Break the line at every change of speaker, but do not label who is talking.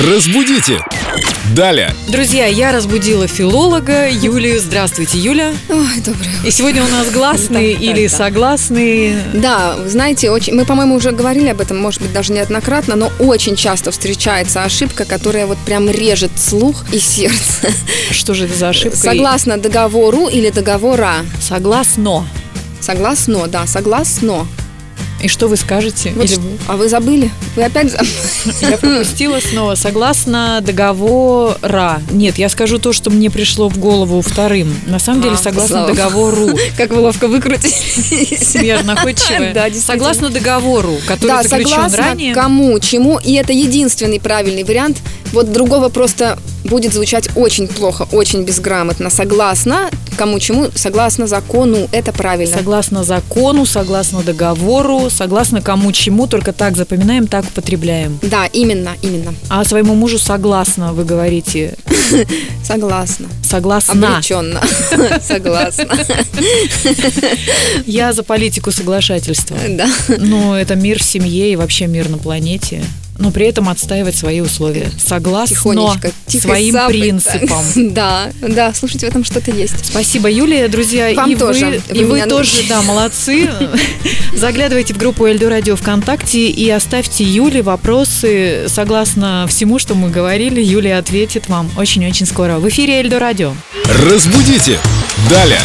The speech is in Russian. Разбудите! Далее!
Друзья, я разбудила филолога Юлию. Здравствуйте, Юля.
Ой, доброе.
И сегодня у нас гласные
Да,
или
да, да.
согласные.
Да, вы знаете, очень, мы, по-моему, уже говорили об этом, может быть, даже неоднократно, но очень часто встречается ошибка, которая вот прям режет слух и сердце.
Что же это за ошибка?
Согласно договору или договора.
Согласно.
Согласно, да, согласно.
И что вы скажете?
Вот
Или
что- А вы забыли? Вы опять забыли?
я пропустила снова. Согласно договора. Нет, я скажу то, что мне пришло в голову вторым. На самом деле,
А,
согласно
слава богу.
договору.
Как вы ловко выкрутились.
Я находчивая.
Да, действительно.
согласно договору, который
Да,
заключен
согласно
ранее.
кому, чему, и это единственный правильный вариант. Вот другого просто будет звучать очень плохо, очень безграмотно. Согласно кому, чему, согласно закону, это правильно.
Согласно закону, согласно договору, согласно кому чему, только так запоминаем, так употребляем.
Да, именно, именно.
А своему мужу согласно вы говорите.
Согласна. А
Согласна.
Облегченно. Согласна.
Я за политику соглашательства.
Да.
Но это мир в семье и вообще мир на планете. Но при этом отстаивать свои условия. Согласно
Тихонечко. тихой
своим
сапой,
принципам.
так. Да, да, слушайте, в этом что-то есть.
Спасибо, Юлия, друзья.
Вам
и
тоже.
Вы,
Вы
и вы
меня
тоже,
научили.
да, молодцы. Заглядывайте в группу Эльдо Радио ВКонтакте и оставьте Юле вопросы. Согласно всему, что мы говорили, Юлия ответит вам очень-очень скоро. В эфире Эльдо Радио.
Разбудите! Далее!